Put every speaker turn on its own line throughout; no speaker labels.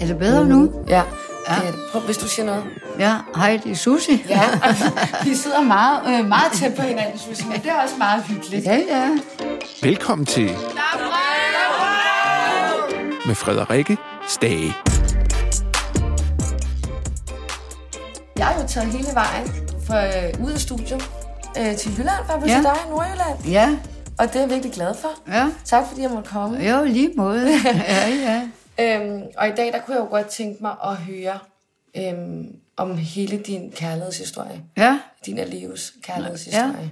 Er det bedre nu?
Ja. ja. Det er det. Prøv, hvis du siger noget.
Ja, hej, det er Susi.
Ja, og vi sidder meget, øh, meget tæt på hinanden, synes jeg, men det er også meget hyggeligt.
Ja, ja.
Velkommen til... Med Frederikke Stage.
Jeg har jo taget hele vejen fra, øh, ud af studiet øh, til Jylland, for at blive
Ja.
til dig i Nordjylland.
Ja,
Og det er jeg virkelig glad for.
ja.
Tak fordi jeg måtte komme.
Jo, i lige måde. Ja, ja.
Øhm, og i dag, der kunne jeg jo godt tænke mig at høre øhm, om hele din kærlighedshistorie.
Ja,
Din og Leos kærlighedshistorie.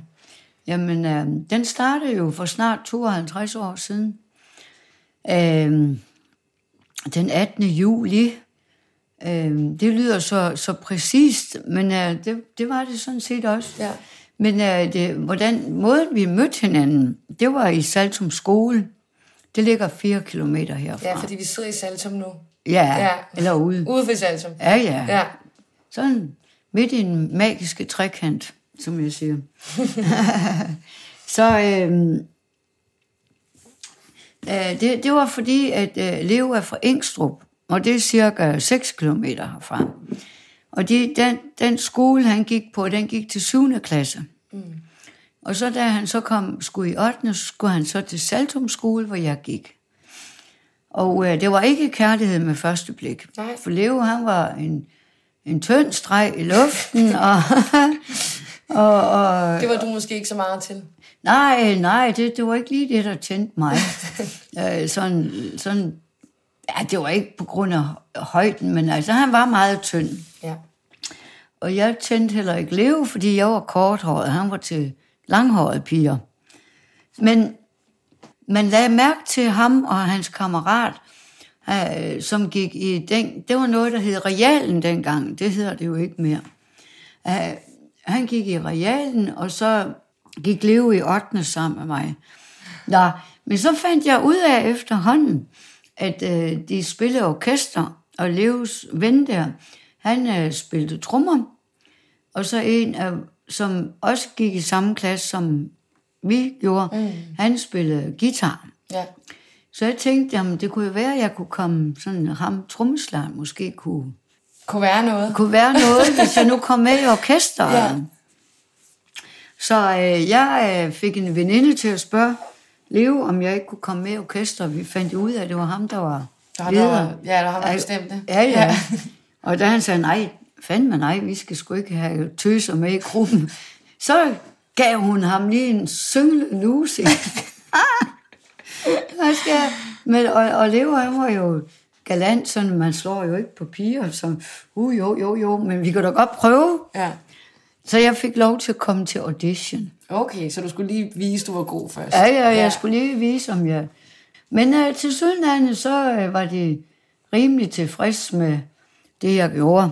Jamen, øh, den startede jo for snart 52 år siden. Øh, den 18. juli. Øh, det lyder så, så præcist, men øh, det, det var det sådan set også.
Ja.
Men øh, det, hvordan, måden, vi mødte hinanden, det var i Saltum skole. Det ligger fire kilometer herfra.
Ja, fordi vi sidder i Saltum nu.
ja,
ja.
ja. eller ude.
Ude for Saltum.
Ja, ja.
ja.
Sådan midt i den magiske trekant, som jeg siger. så øhm, øh, det, det var fordi, at øh, Leo er fra Engstrup, og det er cirka 6 km herfra. Og de, den, den skole, han gik på, den gik til 7. klasse. Mm. Og så da han så kom, skulle i 8. skulle han så til Saltum skole, hvor jeg gik. Og øh, det var ikke kærlighed med første blik.
Nej.
For Leo, han var en, en tynd streg i luften, og, og, og
Det var du måske ikke så meget til.
Nej, nej, det, det var ikke lige det, der tændte mig. øh, sådan, sådan, ja, det var ikke på grund af højden, men altså, han var meget tynd.
Ja.
Og jeg tændte heller ikke leve, fordi jeg var korthåret, han var til langhårede piger. Men man lagde mærke til ham og hans kammerat, øh, som gik i den, det var noget, der hed realen dengang, det hedder det jo ikke mere. Øh, han gik i realen, og så gik Leo i 8. sammen med mig. Nå, men så fandt jeg ud af efterhånden, at øh, de spillede orkester, og Leos ven der, han øh, spillede trommer, og så en, af, som også gik i samme klasse, som vi gjorde, mm. han spillede guitar.
Ja.
Så jeg tænkte, jamen det kunne jo være, at jeg kunne komme sådan ham trommeslageren måske kunne,
Kunne være noget.
kunne være noget, hvis jeg nu kom med i orkestret. Ja. Så øh, jeg øh, fik en veninde til at spørge Leo, om jeg ikke kunne komme med i orkestret. Vi fandt ud af, at det var ham, der var
Der var
leder.
noget- ja, der var ham, der
Af-
bestemte.
Ja,
Ja.
ja. og da han sagde, nej, fandme nej, vi skal sgu ikke have tøser med i gruppen, så gav hun ham lige en syngle lusing. Man skal, men, og, og Leo, han var jo galant, sådan, man slår jo ikke på piger, så uh, jo, jo, jo, men vi kan da godt prøve.
Ja.
Så jeg fik lov til at komme til audition.
Okay, så du skulle lige vise, du var god først.
Ja, ja, jeg skulle lige vise, om jeg... Men øh, til sydlandet, så øh, var de rimelig tilfreds med det, jeg gjorde.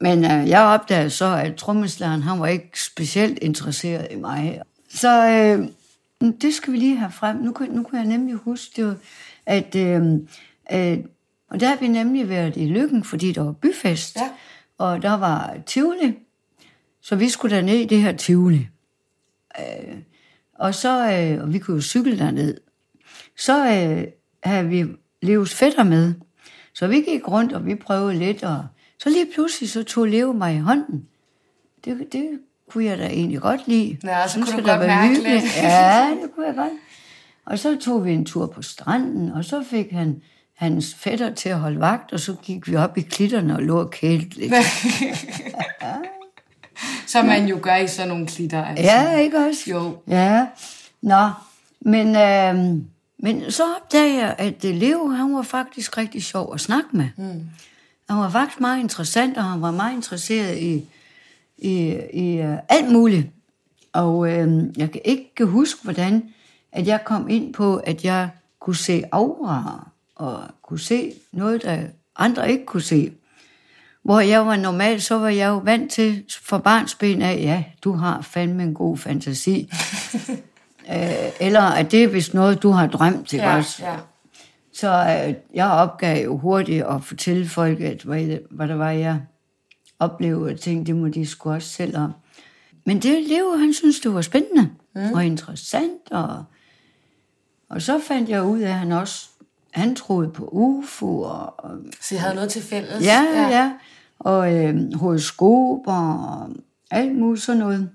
Men øh, jeg opdagede så, at trommeslageren, han var ikke specielt interesseret i mig. Så øh, det skal vi lige have frem. Nu kan, nu kan jeg nemlig huske, det var, at... Øh, øh, og der har vi nemlig været i Lykken, fordi der var byfest.
Ja.
Og der var Tivoli. Så vi skulle derned i det her Tivoli. Og så, øh, og vi kunne jo cykle derned. Så øh, havde vi Leos fætter med. Så vi gik rundt, og vi prøvede lidt, og så lige pludselig så tog Leo mig i hånden. Det, det kunne jeg da egentlig godt lide.
Ja, så
Synes
kunne du
jeg, det
godt
var
mærke
hyggeligt.
lidt.
Ja, det kunne jeg godt. Og så tog vi en tur på stranden, og så fik han hans fætter til at holde vagt, og så gik vi op i klitterne og lå og kælte lidt.
Som man jo gør i sådan nogle klitter. Altså.
Ja, ikke også?
Jo.
Ja. Nå, men, øh, men så opdagede jeg, at øh, Leo, han var faktisk rigtig sjov at snakke med. Mm. Han var faktisk meget interessant, og han var meget interesseret i, i, i øh, alt muligt. Og øh, jeg kan ikke huske, hvordan at jeg kom ind på, at jeg kunne se auraer, og kunne se noget, der andre ikke kunne se. Hvor jeg var normalt, så var jeg jo vant til fra barnsben af, ja, du har fandme en god fantasi. øh, eller at det er vist noget, du har drømt til
Ja,
os.
ja.
Så øh, jeg opgav jo hurtigt at fortælle folk, at hvad, hvad der var, jeg oplevede, og tænkte, det må de sgu også selv om. Men det Leo, han synes, det var spændende mm. og interessant, og, og så fandt jeg ud af, at han også han troede på UFO, og, og
Så I havde noget til fælles?
ja, ja, ja, og øh, horoskoper, og alt muligt sådan noget.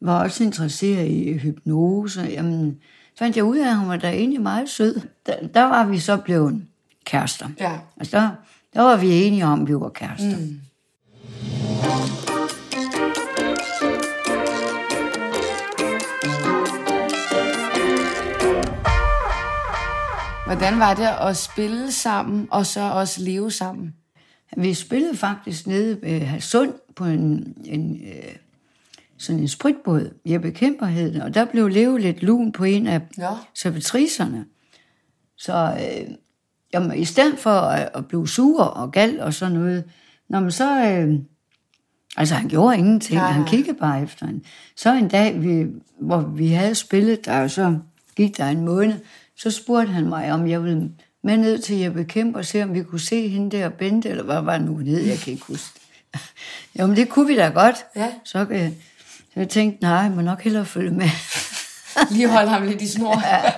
Var også interesseret i hypnose. Jamen, fandt jeg ud af, at han var da egentlig meget sød. Der, der var vi så blevet kærester.
Ja.
Altså, der, der var vi enige om, at vi var kærester. Mm.
Hvordan var det at spille sammen, og så også leve sammen?
Vi spillede faktisk nede ved Halsund på en, en øh, sådan en spritbåd, Jeppe Kemper hed den, og der blev Leo lidt lun på en af
Nå.
servitricerne. Så øh, jamen, i stedet for at, at blive sur og gal og sådan noget, når man så... Øh, altså, han gjorde ingenting,
Nej,
han
nej.
kiggede bare efter hende. Så en dag, vi, hvor vi havde spillet, der så gik der en måned, så spurgte han mig, om jeg ville med ned til Jeppe Kemp og se, om vi kunne se hende der, Bente, eller hvad var det nu ned, jeg kan ikke huske det. Jamen, det kunne vi da godt.
Ja.
Så, øh, så jeg tænkte, nej, jeg må nok hellere følge med.
Lige holde ham lidt i snor. Ja.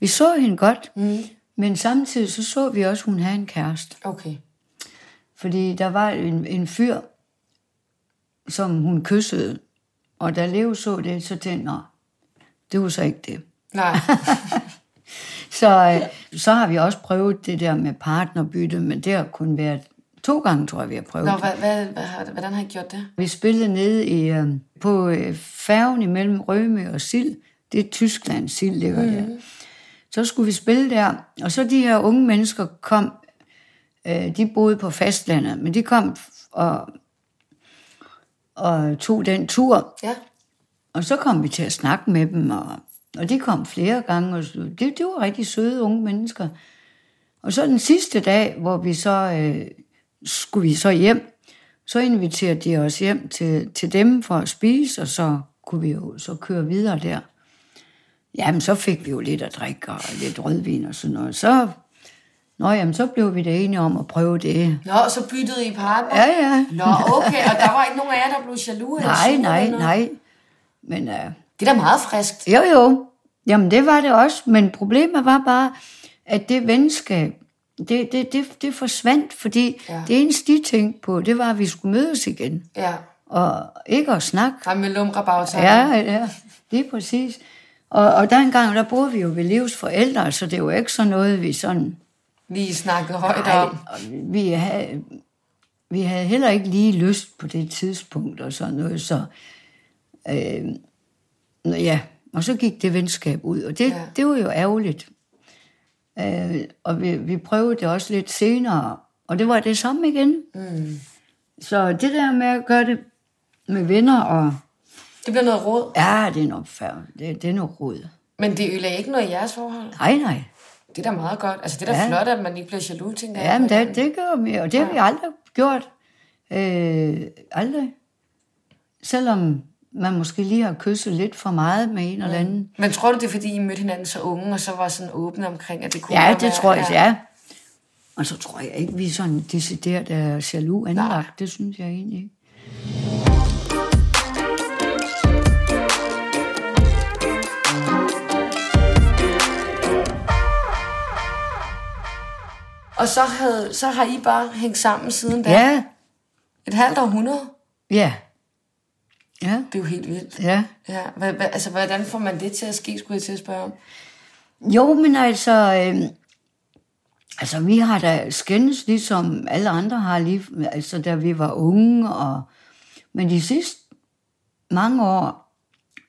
Vi så hende godt, mm. men samtidig så så vi også, at hun havde en kæreste.
Okay.
Fordi der var en, en fyr, som hun kyssede. Og da Leo så det, så tænkte han, "Nå, det var så ikke det.
Nej.
Så, øh, så har vi også prøvet det der med partnerbytte, men det har kun været to gange, tror jeg, vi har prøvet.
Nå,
det.
hvad, hvad, hvad, har- hvordan har I gjort det?
Vi spillede nede i, øh, på øh, færgen imellem Røme og Sild. Det er Tyskland, Sild ligger mm. der. Så skulle vi spille der, og så de her unge mennesker kom, øh, de boede på fastlandet, men de kom f- og, og tog den tur,
Ja.
og så kom vi til at snakke med dem, og, og de kom flere gange, og så- det, det var rigtig søde unge mennesker. Og så den sidste dag, hvor vi så øh, skulle vi så hjem, så inviterede de os hjem til, til dem for at spise, og så kunne vi jo så køre videre der. Jamen, så fik vi jo lidt at drikke og lidt rødvin og sådan noget. Så, nå, jamen, så blev vi da enige om at prøve det.
Nå, og så byttede I partner?
Ja, ja.
Nå, okay. Og der var ikke nogen af jer, der blev jaloux? eller
Nej,
sure
nej,
eller noget?
nej. Men øh,
Det er da meget friskt.
Jo, jo. Jamen, det var det også. Men problemet var bare, at det venskab, det, det, det, det forsvandt, fordi
Ja.
ja. det eneste, de tænkte på, det var, at vi skulle mødes igen.
Ja.
Og ikke at snakke.
Ham med lumrabagtager.
Ja, ja, lige præcis. Og, og dengang, der boede vi jo ved Livs forældre, så det var ikke sådan noget, vi sådan...
Lige snakkede højt
Ej,
om.
og vi, havde, vi havde heller ikke lige lyst på det tidspunkt og sådan noget, så... Øh, nå ja, og så gik det venskab ud, og det,
Ja.
ja. det var jo ærgerligt. Øh, og vi, vi prøvede det også lidt senere, og det var det samme igen. Mm. Så det der med at gøre det med venner, og
Det blev noget råd.
ja, det er en opfærd, det, det er noget rod.
Men det ødelægger ikke noget i jeres forhold.
Nej, nej.
Det er da meget godt. Altså, det er da ja.
Ja.
flot, at man ikke bliver jaloux, tænker jeg.
Ja, men det, det gør vi, og det har vi aldrig gjort. Øh, aldrig. Selvom man måske lige har kysset lidt for meget med en eller anden.
Men tror du, det er, fordi I mødte hinanden så unge, og så var sådan åbne omkring, at det kunne
Ja,
godt
det
være-
tror jeg, ja. Og så tror jeg ikke, vi er sådan decideret er jaloux anlagt. Det synes jeg egentlig ikke.
Og så, havde, så har I bare hængt sammen siden da.
Ja,
Et halvt århundrede.
ja. Ja,
Det er jo helt vildt.
ja.
Ja, hva, hva, altså, hvordan får man det til at ske, skulle jeg til at spørge om?
Jo, men altså... Øh, altså, vi har da skændes, ligesom alle andre har lige... Altså, da vi var unge, og... Men de sidste mange år,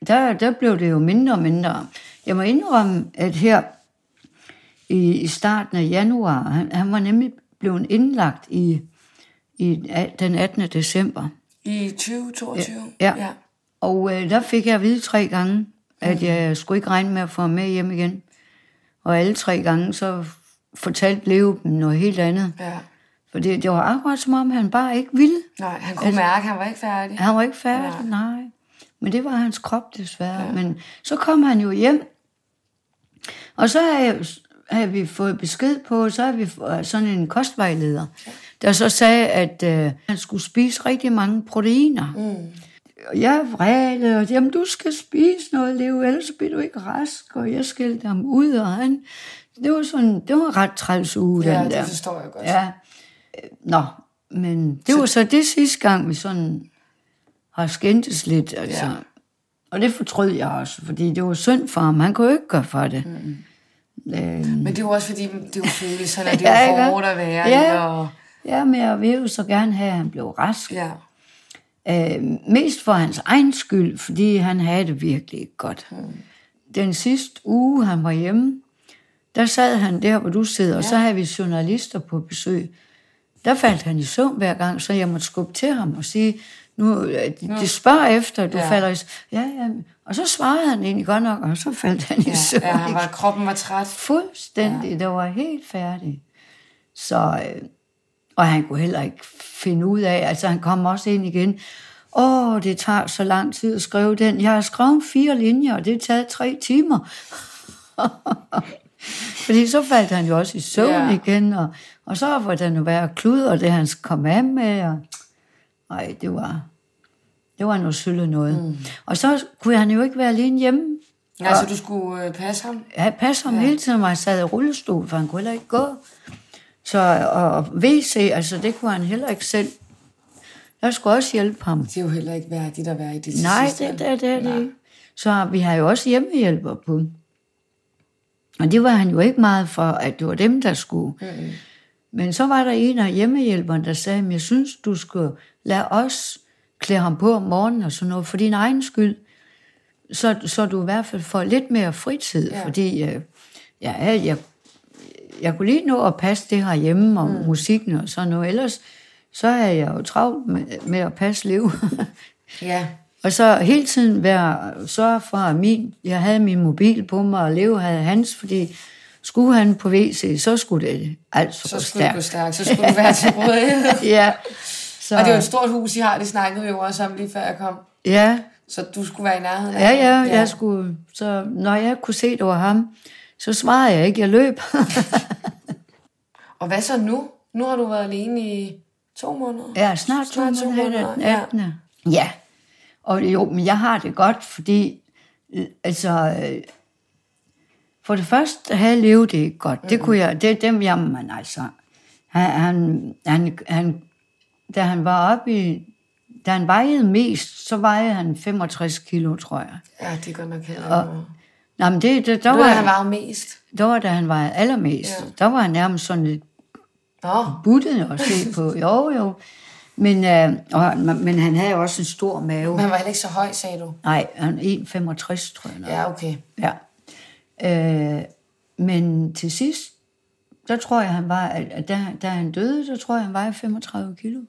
der, der blev det jo mindre og mindre. Jeg må indrømme, at her i, i starten af januar, han, han var nemlig blevet indlagt i, i a- den 18. december.
I 2022?
Ja.
ja.
Og øh, der fik jeg at vide tre gange, at jeg skulle ikke regne med at få ham med hjem igen. Og alle tre gange, så fortalte Leo dem noget helt andet.
ja.
For det, det var akkurat som om, han bare ikke ville.
Nej, han kunne
Altså-
mærke, at han var ikke færdig.
Han var ikke færdig, nej. Men det var hans krop desværre. Ja. Men så kom han jo hjem, og så har, jeg, har vi fået besked på, så har vi fået øh, sådan en kostvejleder, der så sagde, at øh, han skulle spise rigtig mange proteiner. Mm. Og jeg vrælede, og jamen du skal spise noget, Leo, ellers så bliver du ikke rask, og jeg skældte ham ud, og han Det var sådan, det var en ret træls uge,
Ja,
den der.
det forstår jeg godt.
Ja. Øh, Nå, men det var så det sidste gang, vi sådan har skændtes lidt, altså.
Ja.
Ja. Og det fortrød jeg også, fordi det var synd for ham. Han kunne jo ikke gøre for det. Mm. Øh,
Men det er jo også fordi, det er jo følelserne, det
Ja,
er jo
ikke?
hårdt at være
Ja.
i, og...
ja, men jeg ville jo så gerne have, at han blev rask.
Ja.
Øh, mest for hans egen skyld, fordi han havde det virkelig ikke godt. Mm. Den sidste uge, han var hjemme, der sad han der, hvor du sidder, ja. og så havde vi journalister på besøg. Der faldt han i søvn hver gang, så jeg måtte skubbe til ham og sige, nu, øh, de, de spørger efter, du
Ja.
ja. falder i søvn. Ja, ja. Og så svarede han egentlig godt nok, og så faldt han i
Ja,
søvn.
ja, han
igen.
var, kroppen var træt.
Fuldstændig. Ja. Det var helt færdig. Så, øh, og han kunne heller ikke finde ud af, altså han kom også ind igen. Åh, det tager så lang tid at skrive den. Jeg har skrevet fire linjer, og det har taget tre timer. Fordi så faldt han jo også i søvn
Ja.
ja. igen, og, og så var der nu være klud, og det han kom af med. Og, ej, det var, det var noget sølv noget. Mm. Og så kunne han jo ikke være alene hjemme,
Ja,
Altså,
så du skulle øh, passe ham?
Ja, jeg passede ham ja. hele tiden, og han sad i rullestol, for han kunne heller ikke gå. Så, og, og WC, altså det kunne han heller ikke selv. Jeg skulle også hjælpe ham.
Det er jo heller ikke værdigt at være i det til
Nej,
sidst, vel?
det, det, det er det ikke. Så vi har jo også hjemmehjælper på. Og det var han jo ikke meget for, at det var dem, der skulle. Mm-hmm. Men så var der en af hjemmehjælperne, der sagde, "Men jeg synes, du skulle lade os klæde ham på om morgenen og sådan noget, for din egen skyld. Så, så du i hvert fald får lidt mere fritid,
Ja.
ja. fordi øh, ja, jeg, jeg kunne lige nå at passe det her hjemme og mm. musikken og sådan noget. Ellers så er jeg jo travlt med, med at passe liv.
Ja,
Og så hele tiden være, sørge for, at min, jeg havde min mobil på mig, og Leo havde hans, fordi skulle han på WC, så skulle det altså
så
gå
skulle du gå
stærkt.
stærkt, så skulle du være til rådighed.
Ja, så,
Og det er jo et stort hus, I har, det snakkede vi jo også om lige før jeg kom.
ja,
Så du skulle være i nærheden af
ja,
ham.
ja, jeg skulle, så når jeg kunne se, det var ham, så svarede jeg ikke, jeg løb.
Og hvad så nu? Nu har du været alene i to måneder.
Ja, snart to
Snart to måneder,
måneder, den
ja.
18. Ja. ja. Og jo, men jeg har det godt, fordi... øh, Altså... øh, For det første havde Leo det ikke godt. Det kunne jeg... Det er dem, jamen man altså... Han, han, han, han, da han var oppe i... Da han vejede mest, så vejede han 65 kilo, tror jeg.
Ja, det er godt nok heller ikke. noget.
Nå, men det, det, der,
Ved du,
var,
hvad han
han,
vejede mest?
der var, da han vejede allermest. Ja. Der var han nærmest sådan lidt
Nå,
buttet at se på. Jo, jo. Men, øh, og, men han havde også en stor
men
mave.
han var heller ikke så høj, sagde du.
Nej, han er 1,65, tror jeg. nok.
Ja, okay.
Ja. Øh, men til sidst, der tror jeg, han var, at- at da, da han døde, så tror jeg, han vejede 35 kilo.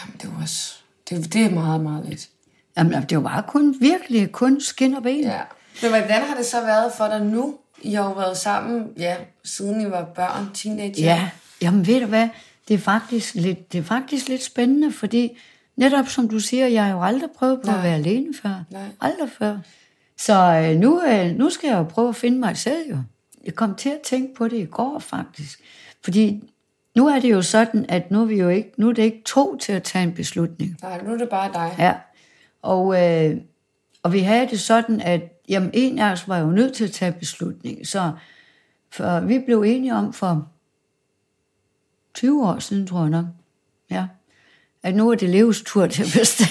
Jamen, det er jo også... Det, det er meget, meget lidt.
Jamen, det var kun, virkelig kun skin og ben.
Ja. Men hvordan har det så været for dig nu? I har jo været sammen, ja, siden I var børn, teenager.
Ja, jamen ved du hvad, det er faktisk lidt, det er faktisk lidt spændende, fordi netop som du siger, jeg har jo aldrig prøvet på Nej. at være alene før.
Nej.
Aldrig før. Så øh, nu, øh, nu skal jeg jo prøve at finde mig selv jo. Jeg kom til at tænke på det i går faktisk. Fordi nu er det jo sådan, at nu er, vi jo ikke, nu er det ikke to til at tage en beslutning.
Nej, nu er det bare dig.
Ja. Og, øh, og vi havde det sådan, at jamen, en af os var jo nødt til at tage beslutning. Så for vi blev enige om for 20 år siden, tror jeg nok, ja, at nu er det Leos tur til at bestemme.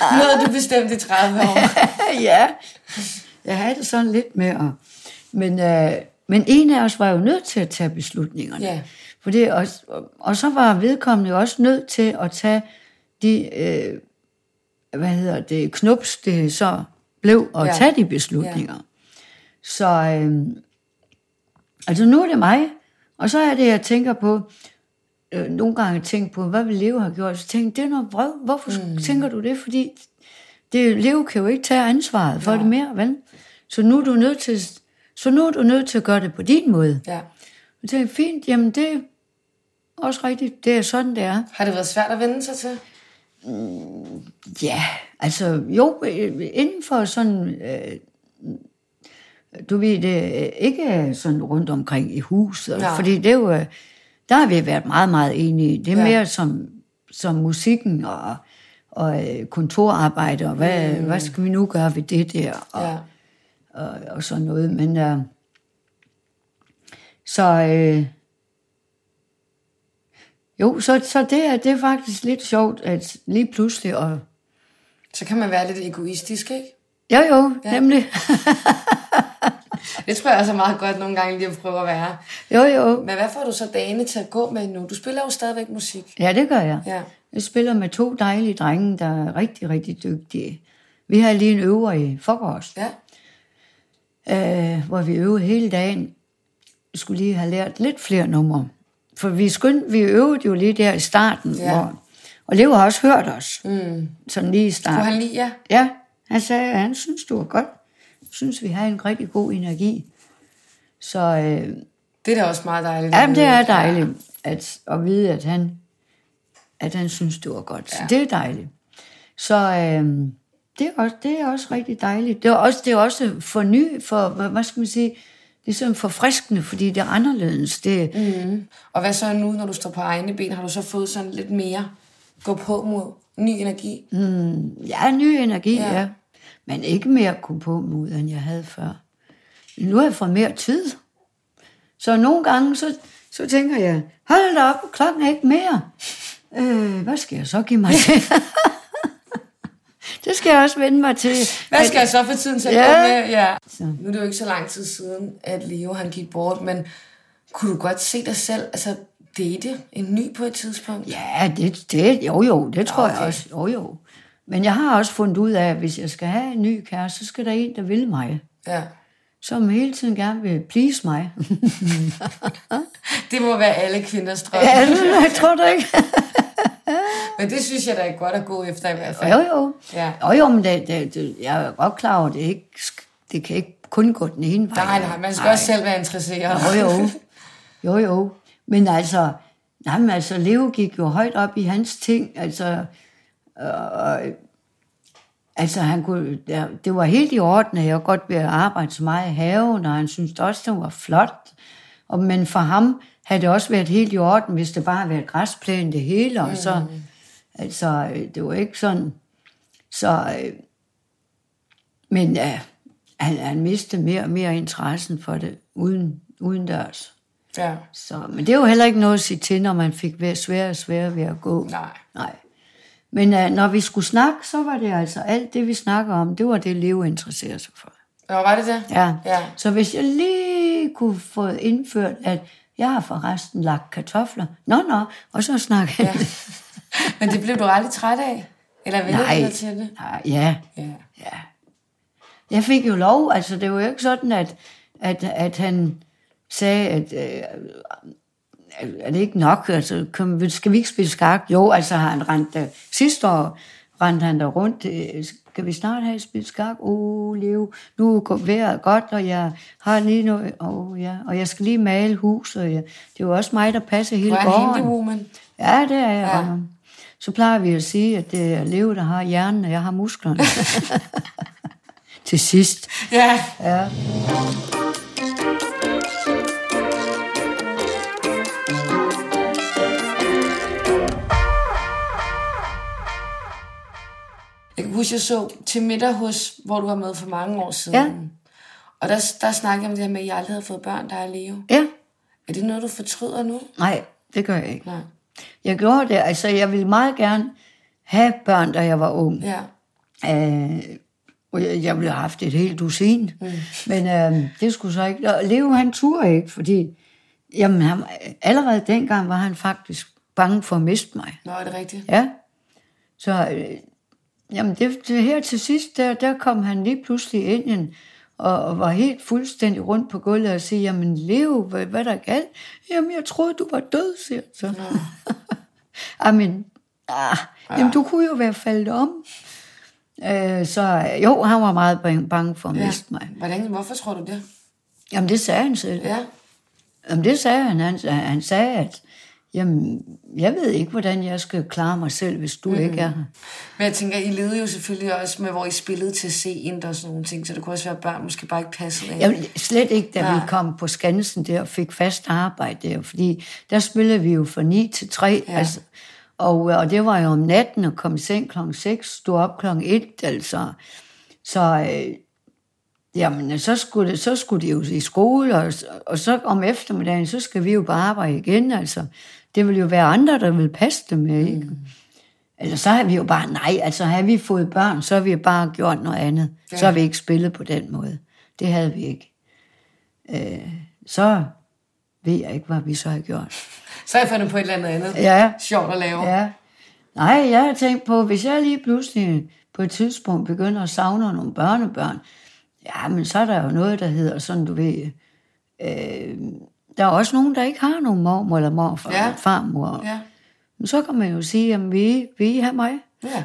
Noget, du bestemte i 30 år.
ja, jeg havde det sådan lidt med at... Men, øh, men en af os var jo nødt til at tage beslutningerne.
Ja.
For det, og, og så var vedkommende jo også nødt til at tage de, øh, hvad hedder det, knups, det så blev, at
Ja.
ja. tage de beslutninger. Ja. Så, øh, altså nu er det mig, og så er det, jeg tænker på, øh, nogle gange tænke på, hvad vil Leo have gjort? Så tænkte jeg, det er noget vrøv. Hvorfor mm. tænker du det? Fordi det, Leo kan jo ikke tage ansvaret for ja. det mere, vel? Så nu, er du nødt til, så nu er du nødt til at gøre det på din måde.
ja.
Jeg tænkte, fint, jamen det er også rigtigt. Det er sådan, det er.
Har det været svært at vende sig til?
Ja, altså jo, øh, inden for sådan, øh, du ved det, øh, ikke sådan rundt omkring i huset,
Nej.
Nej. fordi det er jo, øh, der har vi været meget, meget enige. Det er
Ja.
ja. mere som, som musikken og, og øh, kontorarbejde, og hvad, mm. hvad skal vi nu gøre ved det der, og,
Ja.
og, og sådan noget. Men, øh, Så øh, jo, så, så det, er, det er faktisk lidt sjovt, at lige pludselig... Og,
Så kan man være lidt egoistisk, ikke?
jo, jo, ja. nemlig.
Det tror jeg også er meget godt nogle gange lige at prøve at være.
Jo, jo.
Men hvad får du så dagene til at gå med nu? Du spiller jo stadigvæk musik.
Ja, det gør jeg.
Ja.
Jeg spiller med to dejlige drenge, der er rigtig, rigtig dygtige. Vi har lige en øver i forgårs,
Ja.
øh, hvor vi øvede hele dagen. Vi skulle lige have lært lidt flere numre. For vi, skyndte, vi øvede jo lige der i starten.
Ja.
Ja. Hvor, og Leo har også hørt os. Mm. Sådan lige i starten.
Kunne han lide jer?
Ja, han sagde, at han synes, du var godt. Synes, vi har en rigtig god energi. Så øh,
Det er da også meget dejligt.
jamen, det er dejligt at, at vide, at han, at han synes, det var godt. Så det er dejligt. Så øh, det, er også, det er også rigtig dejligt. Det er også, det er også for ny, for, hvad hvad skal man sige, ligesom forfriskende, fordi det er anderledes. Det, mm.
Mhm. Og hvad så nu, når du står på egne ben? Har du så fået sådan lidt mere gå på mod ny energi? Mm.
Ja, ny energi, ja. ja. Men ikke mere kunne på mod, end jeg havde før. Nu har jeg fået mere tid. Så nogle gange, så, så tænker jeg, hold da op, klokken er ikke mere. Øh, hvad skal jeg så give mig til? det skal jeg også vende mig til.
Hvad skal jeg så for tiden til at
Ja.
gå med? Ja.
Så.
Nu er det jo ikke så lang tid siden, at Leo han gik bort, men kunne du godt se dig selv, altså date en ny på et tidspunkt?
Ja, det, det, jo jo, det tror okay. jeg
Okay.
også. Jo jo. Men jeg har også fundet ud af, at hvis jeg skal have en ny kæreste, så skal der en, der vil mig.
ja.
Som hele tiden gerne vil please mig.
Det må være alle kvinders drøm.
ja,
Ja.
jeg tror du ikke?
Men det synes jeg da er godt at gå efter i hvert fald.
Jo, jo.
Ja.
Jo, jo, men det, det, det, jeg er godt klar over, at det, ikke, sk- det kan ikke kun gå den ene vej.
Nej, nej, man skal nej. også selv være interesseret.
Jo, jo. Jo, jo. Men altså, nej, men altså, Leo gik jo højt op i hans ting. Altså, øh, altså han kunne, ja, det var helt i orden, at jeg godt ville arbejde så meget i haven, og han syntes også, det var flot. Og, men for ham havde det også været helt i orden, hvis det bare havde været græsplæne det hele. Og så,
Mm.
altså, øh, det var ikke sådan... Så, øh, men ja, han, han mistede mere og mere interessen for det uden, uden dørs.
Ja.
Så, men det er jo heller ikke noget at sige til, når man fik væ- sværere og sværere ved at gå.
Nej.
Nej. Men uh, når vi skulle snakke, så var det altså alt det, vi snakker om, det var det, Leo interesserede sig for.
Nå, var det det?
Ja.
Ja.
Så hvis jeg lige kunne få indført, at jeg har forresten lagt kartofler. Nå, nå, og så snakke. Ja.
Men det blev du aldrig træt af? Eller vælger du
Nej.
dig til det?
Nej, ja.
Ja.
Ja. Jeg fik jo lov, altså det var jo ikke sådan, at, at, at han sagde, at øh, er- er det ikke nok, altså kan, vi- skal vi ikke spille skak? Jo, altså har han rent der, sidste år rendte han der rundt, øh, skal vi snart have spillet skak? Åh, oh, Leo, nu går vejret godt, og jeg har lige noget, oh, ja, og jeg skal lige male huset. Ja. Det er jo også mig, der passer hele
Du er en
gården.
handy woman.
Ja, det er jeg.
Ja.
Ja. Så plejer vi at sige, at det er Leo, der har hjernen, og jeg har musklerne. Til sidst.
Ja.
Ja.
Jeg kan huske, jeg så til middag hos, hvor du var med for mange år siden.
Ja.
Og der, der snakkede jeg om det her med, at jeg aldrig havde fået børn, der er Leo.
ja.
Er det noget, du fortryder nu?
Nej, det gør jeg ikke.
Nej.
Jeg gjorde det, altså jeg ville meget gerne have børn, da jeg var ung.
Ja.
Øh, og jeg, jeg ville have haft et helt dusin. Mm. Men øh, det skulle så ikke. Og Leo, han turde ikke, fordi jamen, han, allerede dengang var han faktisk bange for at miste mig.
Nå, er det rigtigt?
Ja. Så øh, jamen det, det her til sidst, der, der kom han lige pludselig ind en, og, og var helt fuldstændig rundt på gulvet og sagde, jamen Leo, hvad, hvad der galt? Jamen jeg troede, du var død, siger han så. jamen, ah, jamen, du kunne jo være faldet om. Øh, så øh, jo, han var meget bang- bange for at miste mig.
Hvordan, hvorfor tror du det?
Jamen det sagde han selv.
Ja.
Jamen, det sagde han. Han, han sagde, at jamen, jeg ved ikke, hvordan jeg skal klare mig selv, hvis du mm. ikke er her.
Men jeg tænker, I levede jo selvfølgelig også med, hvor I spillede til sent og sådan nogle ting, så det kunne også være, at børn måske bare ikke passede ind.
Jeg vil slet ikke, da vi kom på Skansen der og fik fast arbejde der, fordi der spillede vi jo fra 9 til 3, ja. altså, og, øh, og det var jo om natten og kom i seng kl. 6, stod op kl. 1, altså. Så øh, Jamen, så skulle, det, så skulle de jo i skole, og, og så om eftermiddagen, så skal vi jo bare arbejde igen. Altså, det vil jo være andre, der vil passe dem med, ikke? Mm. Eller så har vi jo bare, nej, altså har vi fået børn, så har vi bare gjort noget andet. Ja. Så har vi ikke spillet på den måde. Det havde vi ikke. Øh, så ved jeg ikke, hvad vi så har gjort.
Så har jeg fundet på et eller andet andet
Ja.
sjovt at lave.
Ja. Nej, jeg har tænkt på, hvis jeg lige pludselig på et tidspunkt begynder at savne nogle børnebørn, ja, men så er der jo noget, der hedder sådan, du ved, øh, der er også nogen, der ikke har nogen mormor eller morfar
Ja.
ja. eller farmor. Ja.
ja.
Men så kan man jo sige, jamen vil I, vil I have mig?
ja.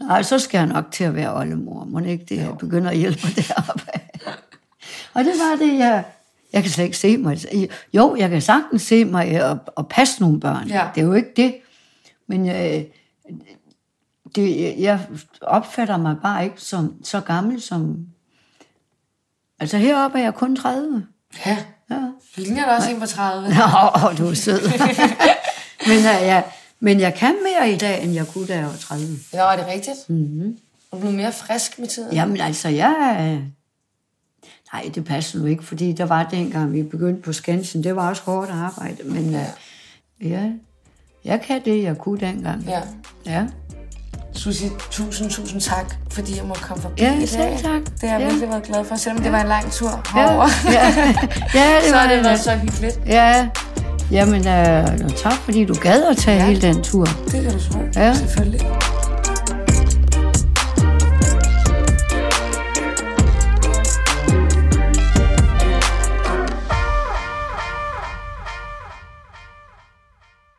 Nej, så skal jeg nok til at være oldemor. Må ikke det, jeg begynder at hjælpe deroppe. og det var det, jeg... Jeg kan slet ikke se mig. Jo, jeg kan sagtens se mig øh, og, og passe nogle børn.
Ja.
Det er jo ikke det. Men øh, det, jeg opfatter mig bare ikke som så gammel som... Altså heroppe er jeg kun 30.
ja. Du ligner da også en på 30.
Nå, du er sød. men, øh, jeg, men jeg kan mere i dag, end jeg kunne, da jeg var 30.
Ja, er det rigtigt? Mm-hmm.
Mhm.
Du blev mere frisk med tiden.
Jamen altså, jeg... øh, Nej, det passer nu ikke, fordi der var dengang, vi begyndte på Skansen, det var også hårdt arbejde, men ja, ja jeg kan det, jeg kunne dengang.
ja.
ja.
Susie, tusind, tusind tak, fordi jeg må komme forbi
Ja,
i dag.
selv tak.
Det har jeg
Ja.
virkelig været glad for, selvom det var en lang tur
ja.
herover.
ja det
så
var
har det været
det.
så hyggeligt.
Ja, jamen øh, nå, tak, fordi du gad at tage ja. hele den tur.
Det kan du tro.
Ja.
Selvfølgelig.